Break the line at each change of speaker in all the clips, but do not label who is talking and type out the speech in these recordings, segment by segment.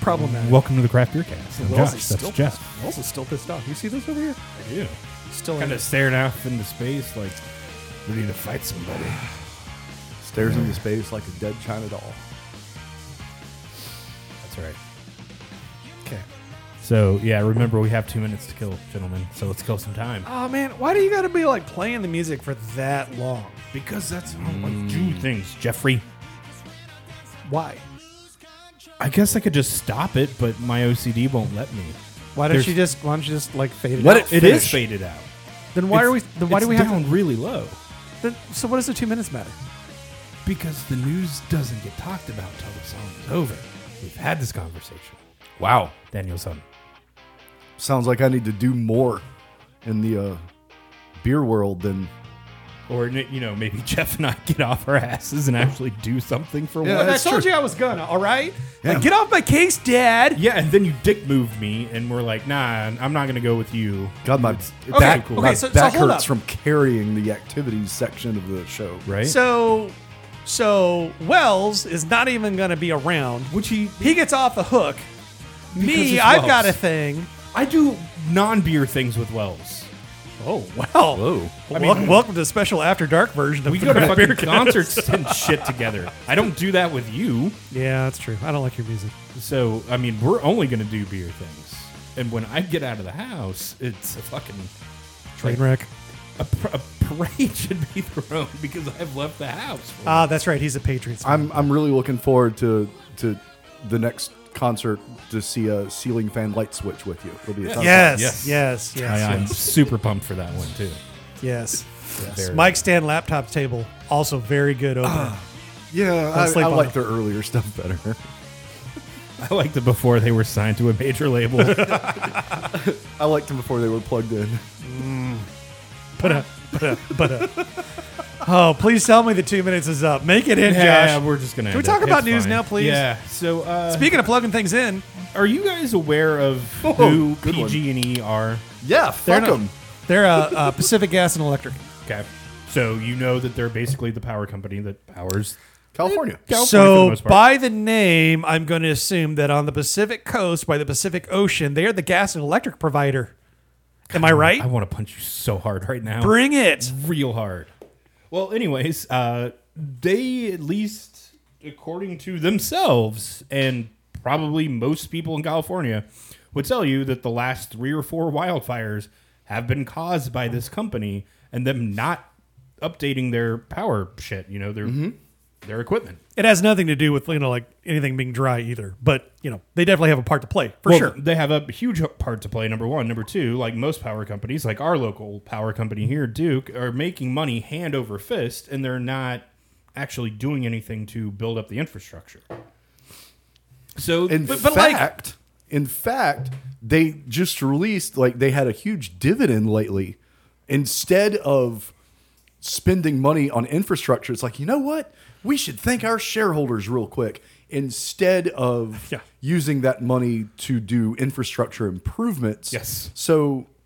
problematic.
Welcome to the Craft Beer Cast. I'm
Wells
Josh.
is
That's
still
Jeff.
Pissed. Wells is still pissed off. You see this over here?
I do.
Still
Kind of staring off into space, like ready to fight somebody.
Stares into space like a dead China doll.
That's right.
Okay.
So yeah, remember we have two minutes to kill, gentlemen. So let's kill some time.
Oh man, why do you got to be like playing the music for that long?
Because that's how I do things, Jeffrey.
Why?
I guess I could just stop it, but my OCD won't let me.
Why don't
There's-
you just why don't you just like fade it
What
out?
it is
Finish.
faded out.
Then why are we?
It's-
Then why do
it's
we have?
down
To,
really low?
then, so what does the two minutes matter?
Because the news doesn't get talked about till the song is over. We've had this conversation,
Wow.
Danielson.
Sounds like I need to do more in the uh, beer world than
Or you know, maybe Jeff and I get off our asses and actually do something for
Yeah,
once.
that's
I told
true.
you I was gonna. All right.
Yeah.
Like, get off my case, Dad.
Yeah, and then you dick moved me, and we're like, nah, I'm not gonna go with you.
God my
Okay,
back,
okay,
my
so- so
back
hold
hurts
up.
from carrying the activities section of the show.
Right?
So, so Wells is not even gonna be around.
Which he,
He gets off the hook.
Because
Me,
it's
I've got a
Wells.
thing.
I do non-beer things with Wells.
Oh wow.
Whoa.
I mean, welcome, welcome to the special after dark version of
hmm. We
the
go to
Craft Beer
fucking
Cast.
concerts and shit together. I don't do that with you.
Yeah, that's true. I don't like your music.
So, I mean, we're only going to do beer things. And when I get out of the house, it's a fucking
Train wreck.
a, par- a parade should be thrown because I've left the house.
Ah, that's right. He's a Patriots. fan.
I'm I'm really looking forward to to the next concert to see a ceiling fan light switch with you. It'll be a ton
yes, yes,
Yes.
yes, yes,
I, am
yes.
super pumped for that one too. Very-
Mike Stan laptop table also very good opener.
Ah.
of fun. Yeah, I,
sleep
I
on
like
it.
their earlier stuff better.
I liked it before they were signed to a major label.
I liked them before they were plugged in.
but uh, but uh, but uh. oh, please tell me the two minutes is up. Make it in,
Yeah,
Josh.
we're just gonna.
Can we
end
talk
it.
about
It's
news
fine.
now, please?
Yeah. So, uh,
Speaking of plugging things in,
are you guys aware of
Oh,
who
good one.
PG and E are?
Yeah, fuck
not-
them.
they're uh, uh, Pacific Gas and Electric.
Okay. So you know that they're basically the power company that powers
California.
California for the
So
most part.
by the name, I'm going to assume that on the Pacific Coast, by the Pacific Ocean, they are the gas and electric provider. Am I right?
I want to punch you so hard right now.
Bring it.
real hard. Well, anyways, uh, they at least, according to themselves, and probably most people in California, would tell you that the last three or four wildfires have been caused by this company and them not updating their power shit. You know their their equipment.
It has nothing to do with you know like anything being dry either, but you know they definitely have a part to play for
Well,
sure.
They have a huge part to play, number one. Number two, like most power companies, like our local power company here, Duke, are making money hand over fist and they're not actually doing anything to build up the infrastructure. So,
In
but, but like,
fact, in fact, they just released like they had a huge dividend lately. Instead of spending money on infrastructure, it's like you know what? We should thank our shareholders real quick instead of
Yeah.
using that money to do infrastructure improvements.
Yes.
So.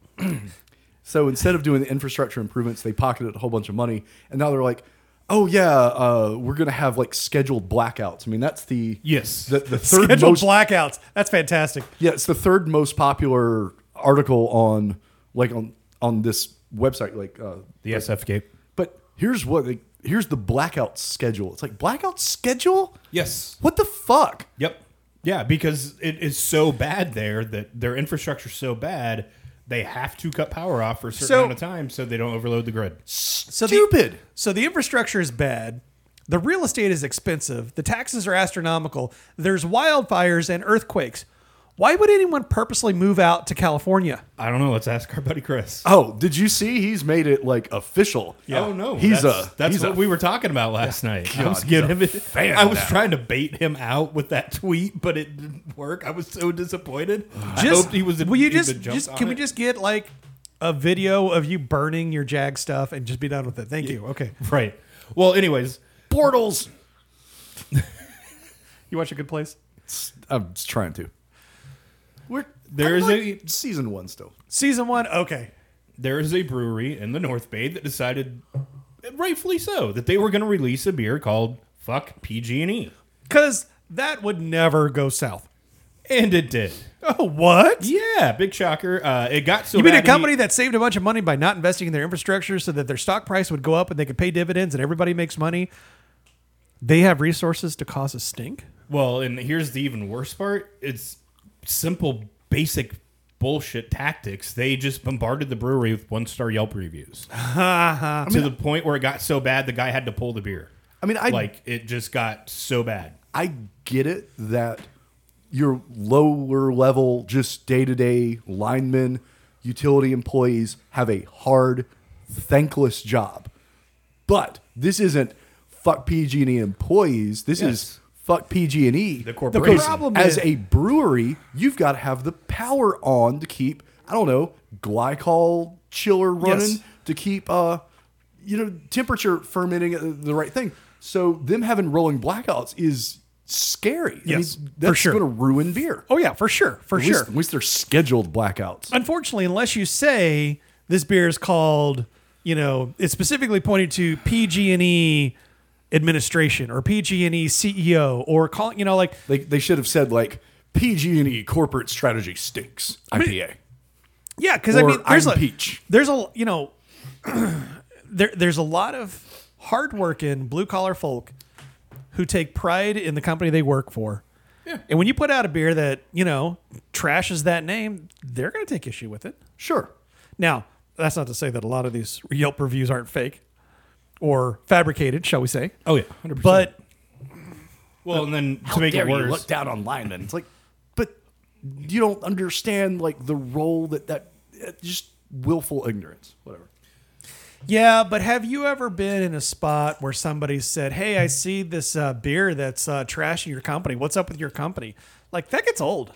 So instead of doing the infrastructure improvements, they pocketed a whole bunch of money, and now they're like, "Oh yeah, uh, we're gonna have like scheduled blackouts." I mean, that's the
Yes.
the, the third
Scheduled
most
blackouts. That's fantastic.
yeah, it's the third most popular article on like on on this website. Like, uh,
the SF gate.
but here's what like, here's the blackout schedule. It's like blackout schedule.
Yes.
What the fuck?
Yep. Yeah, because it is so bad there that their infrastructure's so bad, they have to cut power off for a certain
So-
amount of time so they don't overload the grid.
So
Stupid.
The, so the infrastructure is bad. The real estate is expensive. The taxes are astronomical. There's wildfires and earthquakes. Why would anyone purposely move out to California?
I don't know. Let's ask our buddy Chris.
Oh, did you see? He's made it like official.
Oh no,
he's
that's,
a
that's
he's
what
a,
we were talking about last night. I
God,
was,
he's
giving
a
it-
fan
I was
now.
trying to bait him out with that tweet, but it didn't work. I was so disappointed. I
Just
hoped he was.
will you
he'd been
just,
jumped
just
on
can we
it.
just get like a video of you burning your Jag stuff and just be done with it? Thank you. Okay.
right? Well, anyways,
portals.
You watch a good place.
I'm just trying to. We're
There
I'm,
is
like,
a-
season one still.
Season one. Okay.
there is a brewery in the North Bay that decided, rightfully so, that they were going to release a beer called "Fuck PG and E."
Because that would never go south.
and it did.
Oh, what?
Yeah, big shocker. Uh, it got so
You mean a
bad he-
company that saved a bunch of money by not investing in their infrastructure so that their stock price would go up and they could pay dividends and everybody makes money? They have resources to cause a stink?
Well, and here's the even worse part: it's simple, basic bullshit tactics. They just bombarded the brewery with one-star Yelp reviews to the point where it got so bad the guy had to pull the beer.
I mean, I
like it just got so bad.
I get it that your lower level, just day to day linemen, utility employees have a hard, thankless job. But this isn't fuck PG and E employees. This
Yes.
is fuck PG and E. The
corporation.
problem is-
as a brewery, you've got to have the power on to keep. I don't know glycol chiller running
Yes.
to keep uh you know temperature fermenting uh, the right thing so them having rolling blackouts is scary
Yes,
I mean,
for
that's
sure.
going to ruin beer
Oh, yeah, for sure. For
at,
sure.
least, at least they're scheduled blackouts
Unfortunately, unless you say this beer is called, you know, it's specifically pointed to PG&E E administration or PG&E CEO E or call, you know, like
they, they should have said like pg&e E corporate strategy stinks ipa
Yeah, because I
Or
mean, there's
I'm
a
Peach.
There's a you know, there there's a lot of hardworking blue collar folk who take pride in the company they work for. Yeah. And when you put out a beer that you know trashes that name, they're going to take issue with it.
sure
Now, that's not to say that a lot of these Yelp reviews aren't fake or fabricated, shall we say?
Oh yeah, 100%.
But
well, and then to make it
dare you
worse,
look down on linemen it's like but you don't understand like the role that that uh, just willful ignorance whatever
Yeah, but have you ever been in a spot where somebody said, "Hey, I see this uh, beer that's uh, trashing your company. What's up with your company?" Like that gets old.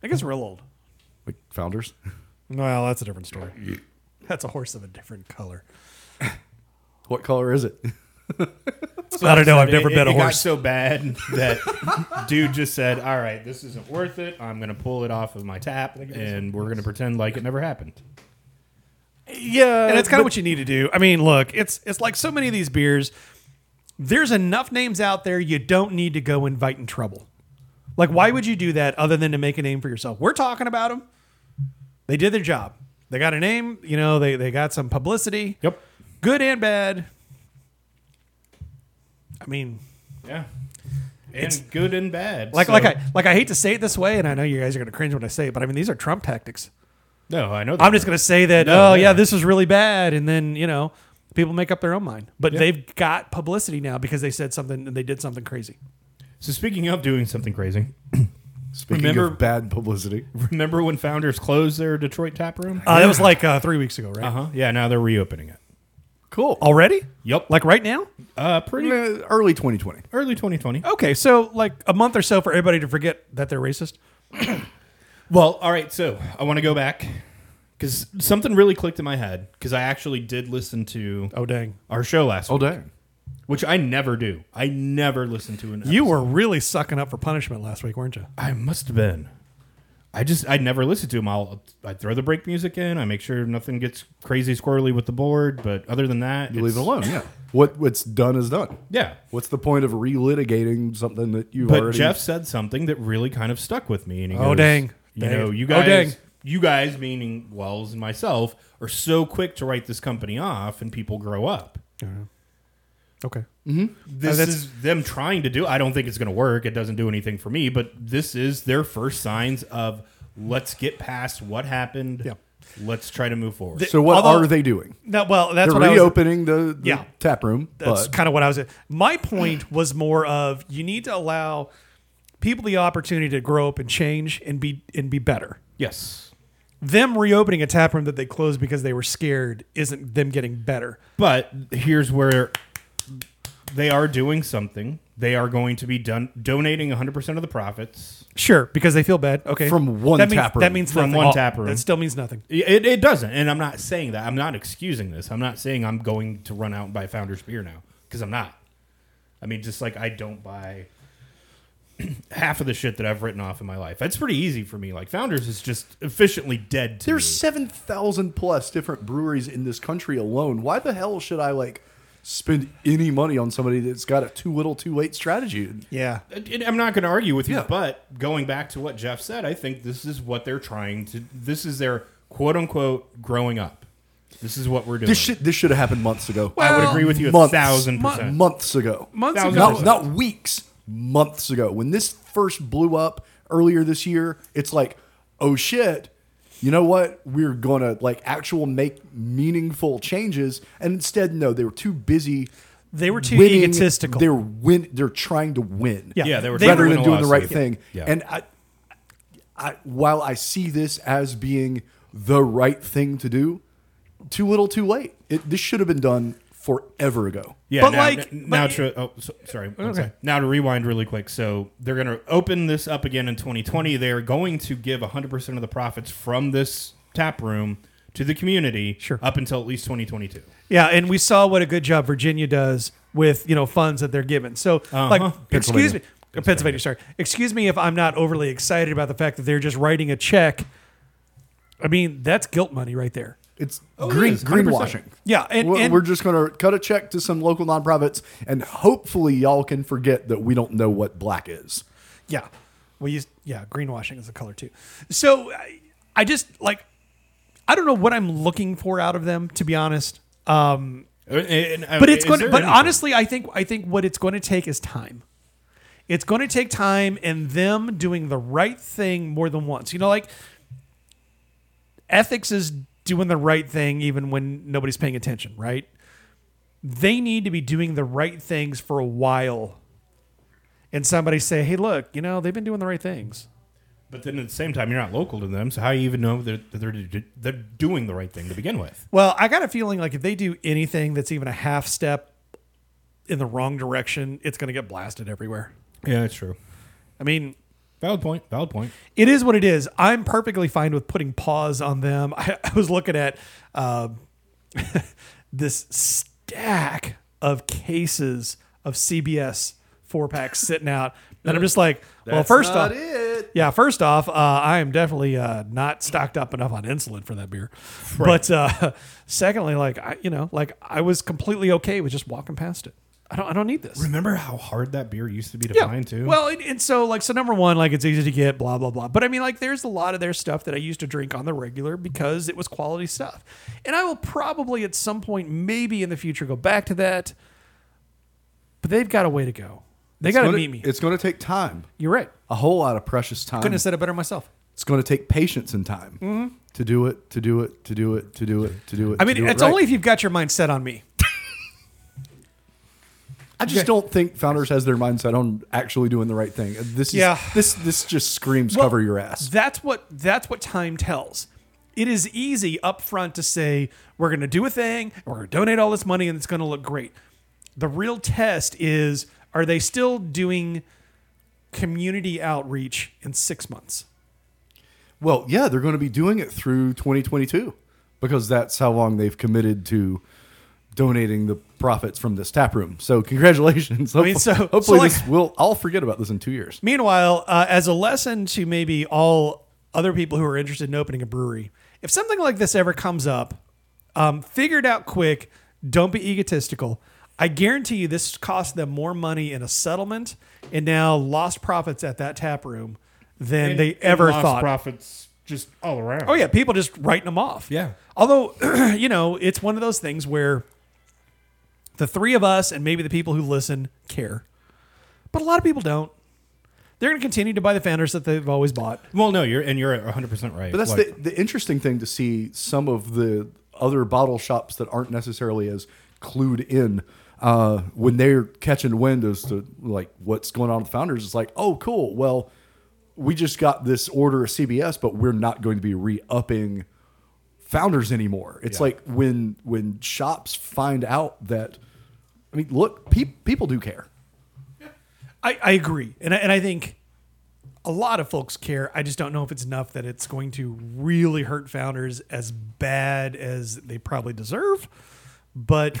That gets real old.
like founders
Well, that's a different story. That's a horse of a different color.
what color is it
I don't know. I've
It-
never
it-
been a
it got
horse.
so bad that dude just said, "All right, this isn't worth it. I'm gonna pull it off of my tap, and we're gonna pretend like it never happened."
yeah
and that's kind
but-
of what you need to do. I mean, look, it's it's like so many of these beers. There's enough names out there. You don't need to go inviting trouble. Like, why would you do that other than to make a name for yourself? We're talking about them. They did their job. They got a name. You know, they they got some publicity.
Yep.
Good and bad. I mean,
Yeah. And good and bad.
like
so-
like I like I hate to say it this way, and I know you guys are gonna cringe when I say it, but I mean these are Trump tactics.
No, I know. That.
I'm just gonna say that.
No,
oh
yeah.
yeah. this was really bad, and then you know, people make up their own mind. But they've got publicity now because they said something and they did something crazy.
So speaking of doing something crazy,
Speaking
Remember-
of bad publicity,
remember when Founders closed their Detroit tap room?
Uh, That was like uh, three weeks ago, right?
Uh huh. Yeah. Now they're reopening it.
Cool. Already?
Yep.
Like right now?
uh, pretty
early 2020.
early 2020.
Okay, so like a month or so for everybody to forget that they're racist.
Well, all right. So I want to go back because something really clicked in my head because I actually did listen to
Oh dang!
our show last week,
dang!
which I never do. I never listen to an.
You
episode.
were really sucking up for punishment last week, weren't you?
I must have been. I just I never listen to them. I'll I throw the break music in. I make sure nothing gets crazy squirrely with the board. But other than that,
You leave it alone. Yeah. What what's done is done.
Yeah.
What's the point of relitigating something that you've
But
already?
Jeff said something that really kind of stuck with me. And he
Oh,
goes,
dang.
You
Dang
know,
it.
you
Oh,
guys,
dang.
you guys, meaning Wells and myself, are so quick to write this company off, and people grow up.
Okay.
This
that's-
is them trying to do. I don't think it's going to work. It doesn't do anything for me. But this is their first signs of let's get past what happened.
Yeah.
Let's try to move forward.
So what
Although-
are they doing?
No, well, that's
They're
what I was.
reopening the, the
Yeah.
tap room.
That's
but
kind of what I was. My point was more of you need to allow people the opportunity to grow up and change and be and be better.
yes.
Them reopening a tap room that they closed because they were scared isn't them getting better.
But here's where they are doing something. They are going to be done donating 100% of the profits.
Sure, because they feel bad. Okay,
From one
that means,
tap room.
That means
From
nothing.
one
Oh,
tap room.
That still means nothing.
It, it doesn't. And I'm not saying that. I'm not excusing this. I'm not saying I'm going to run out and buy Founders beer now because I'm not. I mean, just like I don't buy half of the shit that I've written off in my life. That's pretty easy for me. Like Founders is just efficiently dead to me.
there's seven thousand plus different breweries in this country alone. Why the hell should I like spend any money on somebody that's got a too little, too late strategy.
Yeah.
And I'm not going to argue with you,
Yeah.
but going back to what Jeff said, I think this is what they're trying to. This is their quote unquote growing up. This is what we're doing.
This should this should have happened months ago.
I would
Well,
agree with you a
months,
thousand
mon-
percent.
months ago.
Months
Thousand
ago.
not,
percent.
not weeks, months ago. When this first blew up earlier this year, it's like, oh shit, you know what? We're gonna like actual make meaningful changes. And instead, no, they were too busy.
They were too egotistical.
They're win. They're trying to win.
Yeah.
yeah, they were
They
trying to
rather
were-
win
than
a
doing the right
lawsuit.
thing.
Yeah.
And I, I, while I see this as being the right thing to do, too little, too late. It, this should have been done forever ago.
Yeah,
But
now,
like-
n- now
but-
to oh, so, sorry, one
Okay.
sec. Now to rewind really quick. So they're going to open this up again in 2020. They are going to give 100 percent of the profits from this tap room to the community.
Sure.
Up until at least 2022.
Yeah, and we saw what a good job Virginia does with you know funds that they're given. So
Uh-huh.
like, excuse me, Pennsylvania. sorry, excuse me if I'm not overly excited about the fact that they're just writing a check. I mean, that's guilt money right there.
It's
Oh,
it
green
is, 100%.
greenwashing.
Yeah, and,
we're,
and
we're just going to cut a check to some local nonprofits, and hopefully, y'all can forget that we don't know what black is.
yeah, we use yeah greenwashing is a color too. So I, I just like I don't know what I'm looking for out of them to be honest. Um, but it's going. to But honestly, I think I think what it's going to take is time. It's going to take time and them doing the right thing more than once. You know, like ethics is doing the right thing even when nobody's paying attention. Right? They need to be doing the right things for a while, and somebody say, "Hey, look, you know they've been doing the right things."
But then at the same time, you're not local to them, so how do you even know that that they're they're doing the right thing to begin with?
Well, I got a feeling like if they do anything that's even a half step in the wrong direction, it's going to get blasted everywhere.
Yeah, that's true.
I mean,
Valid point. Valid point.
it is what it is. I'm perfectly fine with putting pause on them. I, I was looking at um, this stack of cases of CBS four packs sitting out, and I'm just like, well, first off,
it.
yeah, first off, uh, I am definitely uh, not stocked up enough on insulin for that beer. But uh, secondly, like I, you know, like I was completely okay with just walking past it. I don't, I don't need this.
Remember how hard that beer used to be to find too?
Well, and, and so like so number one, like it's easy to get, blah blah blah. But I mean, like there's a lot of their stuff that I used to drink on the regular because it was quality stuff, and I will probably at some point, maybe in the future, go back to that. But they've got a way to go. They got to meet me.
It's going to take time,
You're right.
a whole lot of precious time.
Couldn't have said it better myself.
It's going to take patience and time to do it, to do it, to do it, to do it, to do it.
I
to
mean,
do it
it's
right.
only if you've got your mind set on me.
I just don't think founders has their mindset on actually doing the right thing. This is
Yeah.
this this just screams
Well,
cover your ass.
That's what that's what time tells. It is easy up front to say we're going to do a thing, we're going to donate all this money, and it's going to look great. The real test is: Are they still doing community outreach in six months?
Well, yeah, they're going to be doing it through 2022 because that's how long they've committed to donating the profits from this tap room. So, congratulations. I
mean, so-
hopefully
so, like-
this will I'll forget about this in 2 years.
Meanwhile, uh, as a lesson to maybe all other people who are interested in opening a brewery, if something like this ever comes up, um, figure it out quick. Don't be egotistical. I guarantee you, this cost them more money in a settlement and now lost profits at that tap room than they ever
lost
thought.
profits just all around.
Oh yeah, people just writing them off.
Yeah.
Although, you know, it's one of those things where the three of us and maybe the people who listen care, but a lot of people don't. They're going to continue to buy the founders that they've always bought.
Well, no, you're and you're 100 percent right.
But that's
Like,
the, the interesting thing to see some of the other bottle shops that aren't necessarily as clued in uh, when they're catching wind as to like what's going on with founders. It's like, oh, cool. Well, we just got this order of CBS, but we're not going to be re-upping founders anymore. It's
Yeah.
like when when shops find out that, I mean, look, pe- people do care.
I, I agree. And I, and I think a lot of folks care. I just don't know if it's enough that it's going to really hurt founders as bad as they probably deserve. But,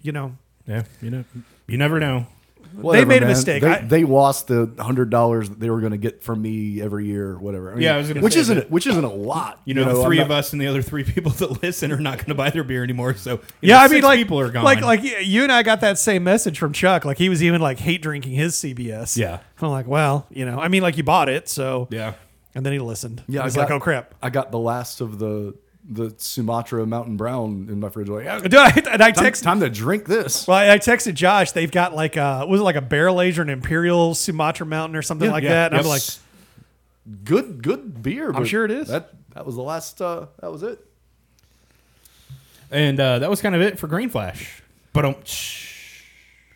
you know,
yeah, you know, you never know.
Whatever,
made a
man.
mistake.
They,
I-
they lost the hundred dollars that they were going to get from me every year, or whatever. I mean,
Yeah, I was gonna
which
say
isn't
that-
which isn't a lot.
You know, the
I'm
3
not-
of us and the other three people that listen are not going to buy their beer anymore. So you
Yeah,
know,
I mean,
six
like
people are gone.
Like, like y- you and I got that same message from Chuck. Like he was even like hate drinking his CBS.
Yeah.
I'm like, well, you know, I mean, like you bought it, so
yeah,
And then he listened.
Yeah, I
he's
got-
like, oh crap.
I got the last of the the Sumatra Mountain Brown in my fridge. Like, ah,
Dude, I, and I
time,
text.
time to drink this.
Well, I- I texted Josh. They've got like a was it like a barrel aged or an imperial Sumatra Mountain or something like
yeah,
that. And
yep.
I'm like,
Good good beer. but
sure it is.
That that was the last. Uh, that was it.
and uh, that was kind of it for Green Flash. But um,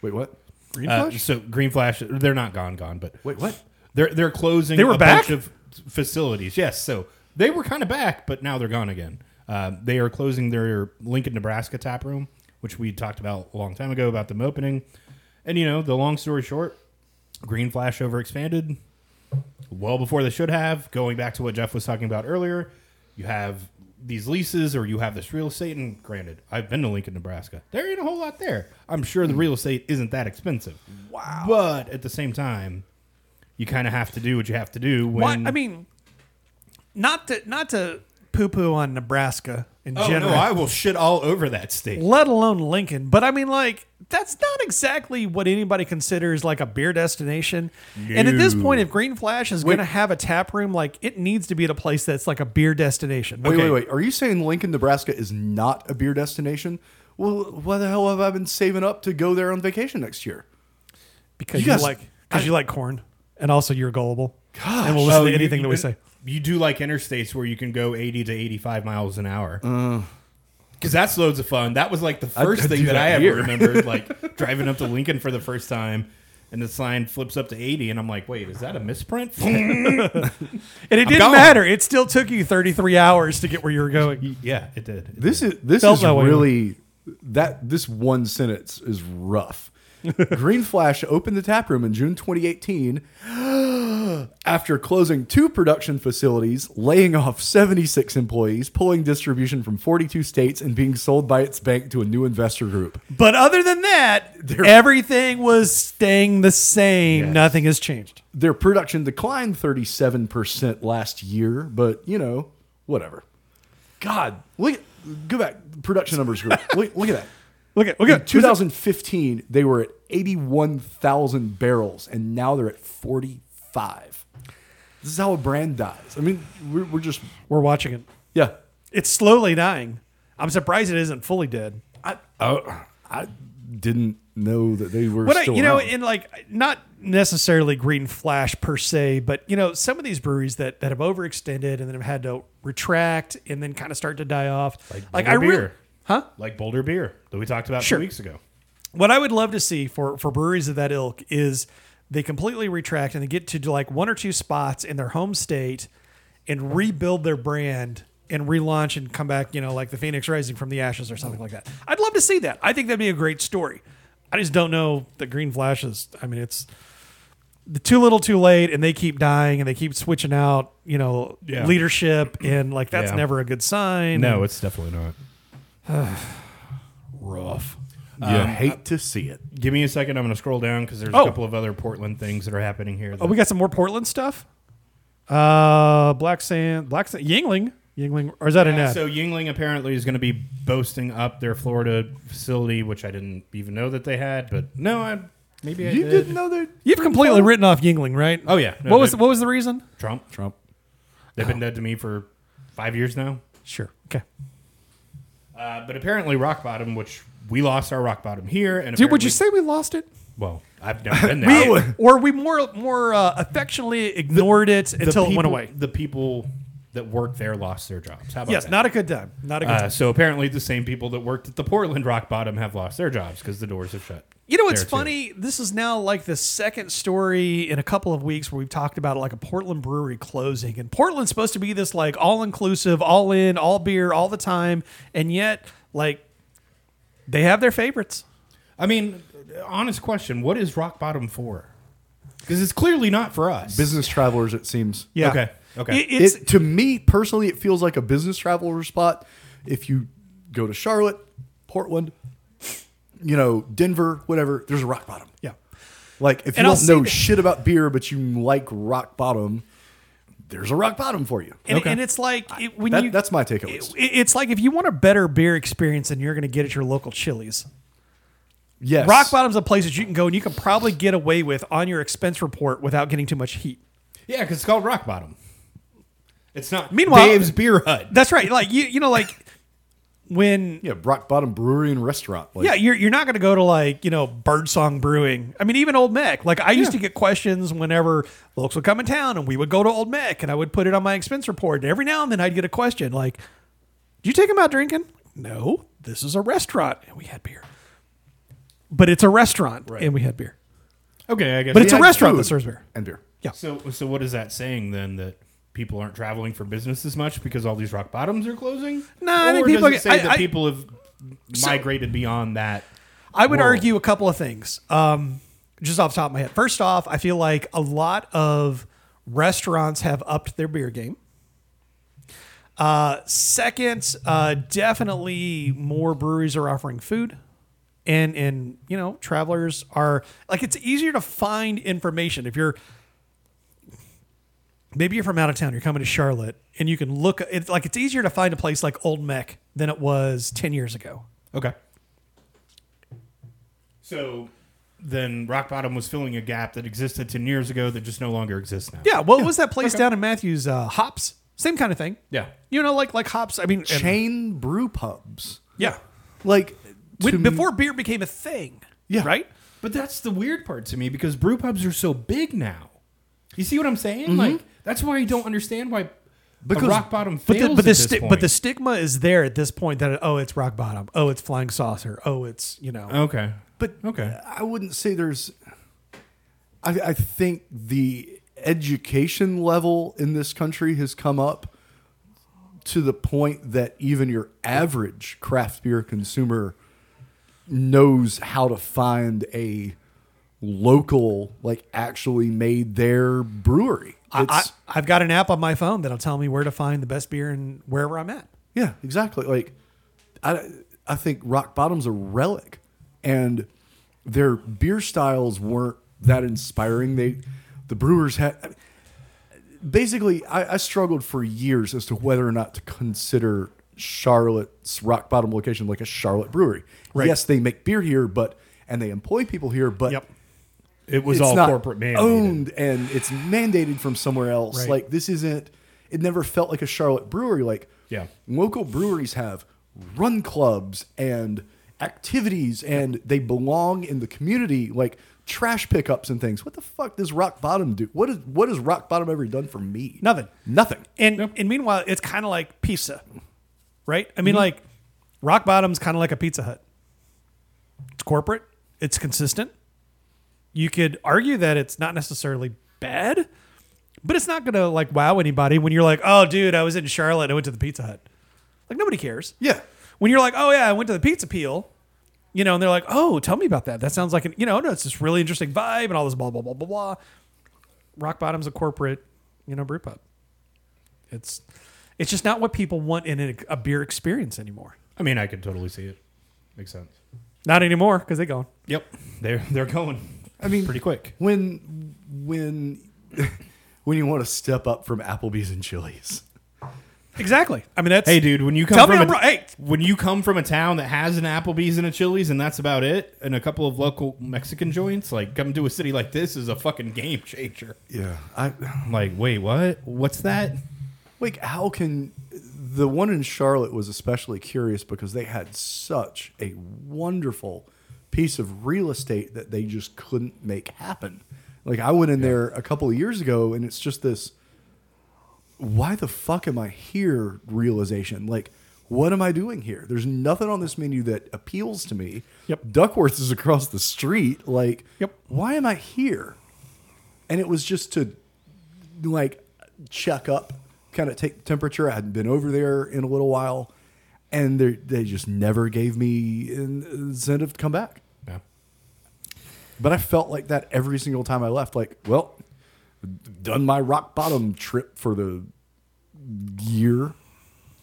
Wait, what? Green
uh,
Flash?
so Green Flash, they're not gone, gone, but
Wait, what?
they're they're closing.
They were
a
back?
bunch of facilities. Yes, so they were kind of back, but now they're gone again. Uh, they are closing their Lincoln, Nebraska tap room, which we talked about a long time ago about them opening. And you know, the long story short, Green Flash over expanded well before they should have. Going back to what Jeff was talking about earlier, you have these leases or you have this real estate. And granted, I've been to Lincoln, Nebraska. There ain't a whole lot there. I'm sure the real estate isn't that expensive. Wow. But at the same time, you kind of have to do what you have to do
why-
when
I mean, not to not to poo poo on Nebraska in
Oh
general,
no, I will shit all over that state.
let alone Lincoln. But I mean, like that's not exactly what anybody considers like a beer destination. And at this
No.
point, if Green Flash is going to have a tap room, like it needs to be at a place that's like a beer destination.
Wait,
Okay.
wait, wait. Are you saying Lincoln, Nebraska is not a beer destination? Well, why the hell have I been saving up to go there on vacation next year?
because
You
you,
guys-
like because you like corn, and also you're gullible. and we'll listen
Oh,
to
Oh, you-
anything that we
you-
say.
You do like interstates where you can go 80 to 85 miles an hour. Because that's loads of fun. That was like the first
do
thing that,
that
I ever
here.
remembered, like driving up to Lincoln for the first time. And the sign flips up to 80, and I'm like, wait, is that a misprint?
And it didn't
gone.
matter. It still took you 33 hours to get where you were going.
yeah, it did. It
This is this
Felt
is
that way.
really that this one sentence is rough. Green Flash opened the tap room in June 2018 after closing two production facilities, laying off 76 employees, pulling distribution from 42 states, and being sold by its bank to a new investor group.
But other than that, everything was staying the same. Nothing has changed.
Their production declined 37% last year, but you know, whatever. God, look at, go back. Production numbers group. look, look at that.
Look at look at
2015, they were at 81,000 barrels, and now they're at 45. This is how a brand dies. I mean, we're, we're just,
We're watching it.
yeah.
It's slowly dying. I'm surprised it isn't fully dead.
I, I didn't know that they were
But I,
still
you know,
around.
in like not necessarily Green Flash per se, but you know, some of these breweries that that have overextended and then have had to retract and then kind of start to die off. Like, I
Boulder
really,
Beer.
huh?
Like Boulder Beer that we talked about
Sure.
two weeks ago.
what I would love to see for for breweries of that ilk is they completely retract and they get to like one or two spots in their home state and rebuild their brand and relaunch and come back, you know, like the Phoenix Rising from the ashes or something like that. I'd love to see that. I think that'd be a great story. I just don't know that Green Flash is. I mean, it's the too little, too late, and they keep dying and they keep switching out, you know,
Yeah.
leadership and like that's
Yeah.
never a good sign.
No, it's definitely not.
rough. You hate to see it.
Um, Give me a second. I'm going to scroll down because there's
Oh.
a couple of other Portland things that are happening here.
Oh, we got some more Portland stuff. Uh, Black Sand, Black Sand, Yingling, Yingling, or is that an
Yeah,
ad?
so Yingling apparently is going to be boasting up their Florida facility, which I didn't even know that they had. But no, I maybe I
You
did.
didn't know that
You've completely written off Yingling, right?
Oh yeah, No,
what was
they-
what was the reason?
Trump?
Trump.
They've been dead to me for five years now.
Sure. Okay.
Uh, but apparently, rock bottom, which we lost our rock bottom here, and
Dude, would
apparently-
you say we lost it?
Well, I've never been there.
or we more more uh, affectionately ignored it
The
until it
people-
went away.
The people that worked there lost their jobs. How about
Yes,
that?
not a good time. Not a good
Uh,
time.
so apparently, the same people that worked at the Portland Rock Bottom have lost their jobs because the doors have shut.
You know what's
there, too.
funny? This is now like the second story in a couple of weeks where we've talked about like a Portland brewery closing. And Portland's supposed to be this like all inclusive, all in, all beer, all the time. And yet, like, they have their favorites.
I mean, honest question: What is rock bottom for? Because it's clearly not for us.
Business travelers, it seems.
Yeah.
Okay, okay.
It- it's
it, to me personally, it feels like a business traveler spot. If you go to Charlotte, Portland, you know, Denver, whatever, there's a rock bottom.
yeah.
Like if you
And I'll
don't
say
know
that-
shit about beer, but you like rock bottom, there's a rock bottom for you.
And, and it's like it, when
That-
you,
that's my take on
it,
this.
it's like if you want a better beer experience than you're going to get at your local Chili's,
Yes,
Rock Bottom's a place that you can go and you can probably get away with on your expense report without getting too much heat.
Yeah, because it's called Rock Bottom. It's not
Meanwhile-
Dave's Beer Hut.
That's right. Like you, you know, like when
Yeah, rock bottom brewery and restaurant. Like,
yeah, you're you're not going to go to like you know Birdsong Brewing. I mean, even Old Mac. Like I used to get questions whenever folks would come in town, and we would go to Old Mac, and I would put it on my expense report. And every now and then, I'd get a question like, "Do you take them out drinking?" No, this is a restaurant, and we had beer. But it's a restaurant, and we had beer.
Okay, I guess.
But it's
Yeah,
a restaurant that
food
serves beer.
and beer.
so so what is that saying then that people aren't traveling for business as much because all these Rock Bottoms are closing?
No, I
Or
think people
does it
get-
say
I-
that
I-
people have migrated beyond that.
I would
Whoa.
argue a couple of things. Um, just off the top of my head. First off, I feel like a lot of restaurants have upped their beer game. Uh, second, uh, definitely more breweries are offering food. And and you know, travelers are like it's easier to find information if you're maybe you're from out of town, you're coming to Charlotte, and you can look it's like it's easier to find a place like Old Mech than it was ten years ago.
Okay. So then Rock Bottom was filling a gap that existed 10 years ago that just no longer exists now.
Yeah, what was that place down in Matthews? Uh, Hops, same kind of thing.
Yeah.
You know, like like Hops. I mean, and-
Chain brew pubs.
yeah,
Like to
when,
me-
before beer became a thing.
Yeah.
right.
But that's the weird part to me because brew pubs are so big now. You see what I'm saying? Like that's why I don't understand why Mm-hmm. because
Because-
Rock Bottom
But
fails
the, but
at
the
this
sti-
point.
but the stigma is there at this point that oh it's rock bottom oh it's flying saucer oh it's you know
okay.
But
Okay.
I wouldn't say there's. I, I think the education level in this country has come up to the point that even your average craft beer consumer knows how to find a local, like actually made their brewery.
I, I,
It's-
I've got an app on my phone that'll tell me where to find the best beer and wherever I'm at.
Yeah, exactly. Like, I I think rock bottom's a relic, and their beer styles weren't that inspiring. They, the brewers had. I mean, Basically, I, I struggled for years as to whether or not to consider Charlotte's rock bottom location like a Charlotte brewery. Yes, they make beer here, but and they employ people here, but
Yep.
It was
it's
all
not
corporate man.
owned and it's mandated from somewhere else.
Right.
Like this isn't. It never felt like a Charlotte brewery. Like
Yeah.
local breweries have run clubs and activities, and they belong in the community. Like trash pickups and things. What the fuck does Rock Bottom do? What is what has Rock Bottom ever done for me?
Nothing.
Nothing.
And and meanwhile, it's kind of like pizza, right? I mean, like Rock Bottom's kind of like a Pizza Hut. It's corporate. It's consistent. You could argue that it's not necessarily bad, but it's not gonna like wow anybody when you're like, oh, dude, I was in Charlotte. and I went to the Pizza Hut. Like nobody cares.
Yeah.
When you're like, oh yeah, I went to the Pizza Peel. You know, and they're like, "Oh, tell me about that. That sounds like an, you know, no, it's this really interesting vibe and all this blah blah blah blah blah." Rock Bottom's a corporate, you know, brew pub. It's it's just not what people want in a, a beer experience anymore.
I mean, I could totally see it. Makes sense.
Not anymore because they gone.
Yep. They're they're going.
I mean,
pretty quick.
when when when you want to step up from Applebee's and Chili's.
Exactly. I mean, that's
Hey, dude, when you come
Tell me
from
I'm
a,
wrong. Hey.
when you come from a town that has an Applebee's and a Chili's and that's about it, and a couple of local Mexican joints, like come to a city like this is a fucking game changer.
Yeah, I
I'm like, wait, what? What's that?
Like, how can the one in Charlotte was especially curious because they had such a wonderful piece of real estate that they just couldn't make happen. Like, I went in there a couple of years ago, and it's just this why the fuck am I here realization. Like, what am I doing here? There's nothing on this menu that appeals to me.
Yep.
Duckworth is across the street. Like,
Yep.
why am I here? and it was just to like check up, kind of take the temperature. I hadn't been over there in a little while, and they they just never gave me an incentive to come back.
Yeah.
But I felt like that every single time I left. Like, well, done my rock bottom trip for the year.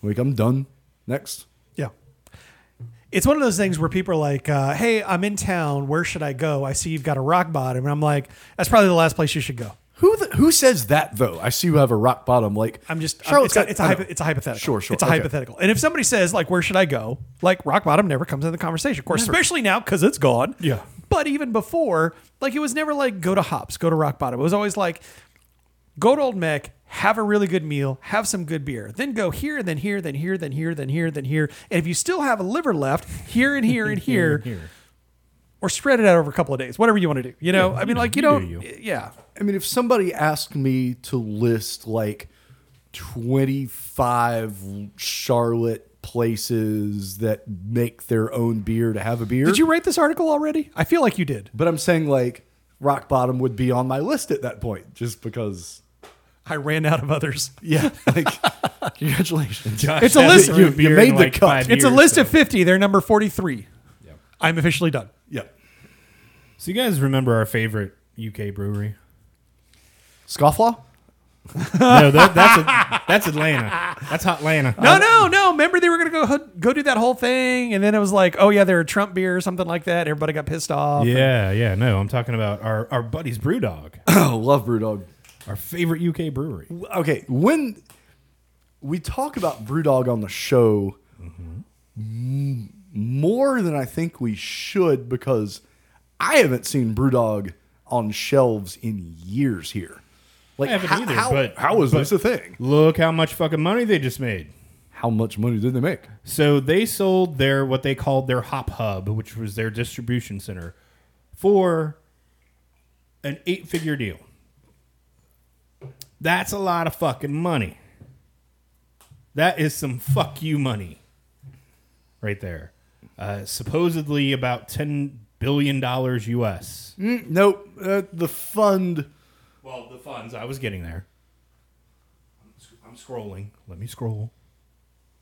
Like, I'm done. Next.
yeah. it's one of those things where people are like, uh, "Hey, I'm in town. Where should I go? I see you've got a rock bottom," and I'm like, "That's probably the last place you should go."
Who the, who says that though? I see you have a rock bottom. Like
I'm just I'm-
Charlotte's
it's, a-
got-
it's a
I know.
hypo, it's a hypothetical.
Sure, sure,
It's a
okay.
hypothetical. And if somebody says like, "Where should I go?" Like rock bottom never comes in the conversation, of course, especially now because it's gone.
Yeah.
But even before, like it was never like go to hops, go to rock bottom. It was always like go to Old Mac, have a really good meal, have some good beer, then go here, then here, then here, then here, then here, then here. And if you still have a liver left, here and here and here, or spread it out over a couple of days, whatever you want to do. You know, I mean, like you
you
don't.
do you.
Yeah.
I mean, if somebody asked me to list like 25 Charlotte places that make their own beer to have a beer,
Did you rate this article already? I feel like you did.
but I'm saying like rock bottom would be on my list at that point just because,
I ran out of others.
yeah, like congratulations.
Josh
It's a
hasn't
list-
brewed
you-
you
beer
made
in
the
like
cut.
five
It's a
years,
list
so-
of 50. They're number 43.
Yep.
I'm officially done.
Yeah.
So you guys remember our favorite UK brewery?
Scofflaw?
no, that, that's a, that's Atlanta. That's Hot Atlanta.
No, no, no. Remember they were going to go go do that whole thing and then it was like, "Oh yeah, they're a Trump beer or something like that." Everybody got pissed off.
Yeah, yeah, no. I'm talking about our our buddies Brewdog,
Oh, love Brewdog.
our favorite UK brewery.
okay, when we talk about BrewDog on the show, m- more than I think we should because I haven't seen BrewDog on shelves in years here. Like,
I haven't
how,
either,
How,
but-
how is
but-
this a thing?
Look how much fucking money they just made.
How much money did they make?
So they sold their what they called their hop hub, which was their distribution center, for an eight figure deal. That's a lot of fucking money. That is some fuck you money, right there. Uh, supposedly about ten billion dollars U.S.
Mm, nope, uh, the fund.
Well, the funds I was getting there. I'm sc- I'm scrolling. Let me scroll.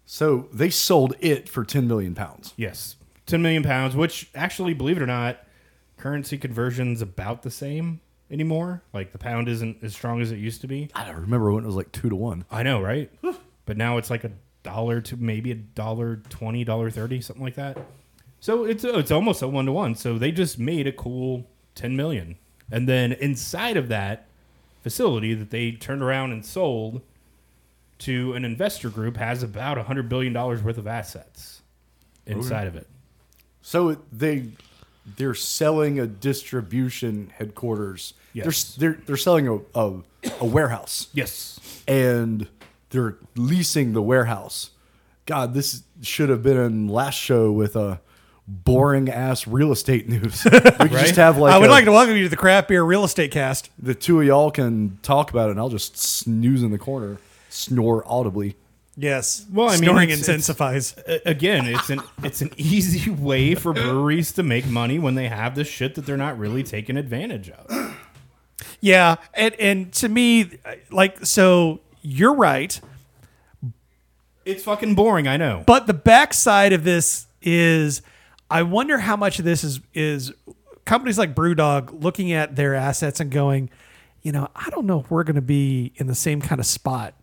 So they sold it for ten million pounds.
Yes, ten million pounds. Which actually, believe it or not, currency conversion's about the same anymore. Like the pound isn't as strong as it used to be.
I don't remember when it was like two to one.
I know, right? but now it's like a dollar to maybe a dollar twenty, dollar thirty, something like that. So it's uh, it's almost a one to one. So they just made a cool ten million, and then inside of that facility that they turned around and sold to an investor group has about a hundred billion dollars worth of assets inside of it.
So it, they they're selling a distribution headquarters.
Yes.
They're s- They're, they're selling a, a a warehouse
Yes.
and they're leasing the warehouse. God, this should have been in last show with a boring ass real estate news. We could just have like,
I would
a-
like to welcome you to the Craft Beer Real Estate Cast.
the two of y'all can talk about it, and I'll just snooze in the corner, snore audibly.
Yes.
Well, I mean,
snoring
it's- it's-
intensifies.
A- again, it's an it's an easy way for breweries to make money when they have this shit that they're not really taking advantage of.
yeah, and and to me like so you're right,
It's fucking boring, I know.
but the backside of this is I wonder how much of this is is companies like BrewDog looking at their assets and going, you know, I don't know if we're going to be in the same kind of spot.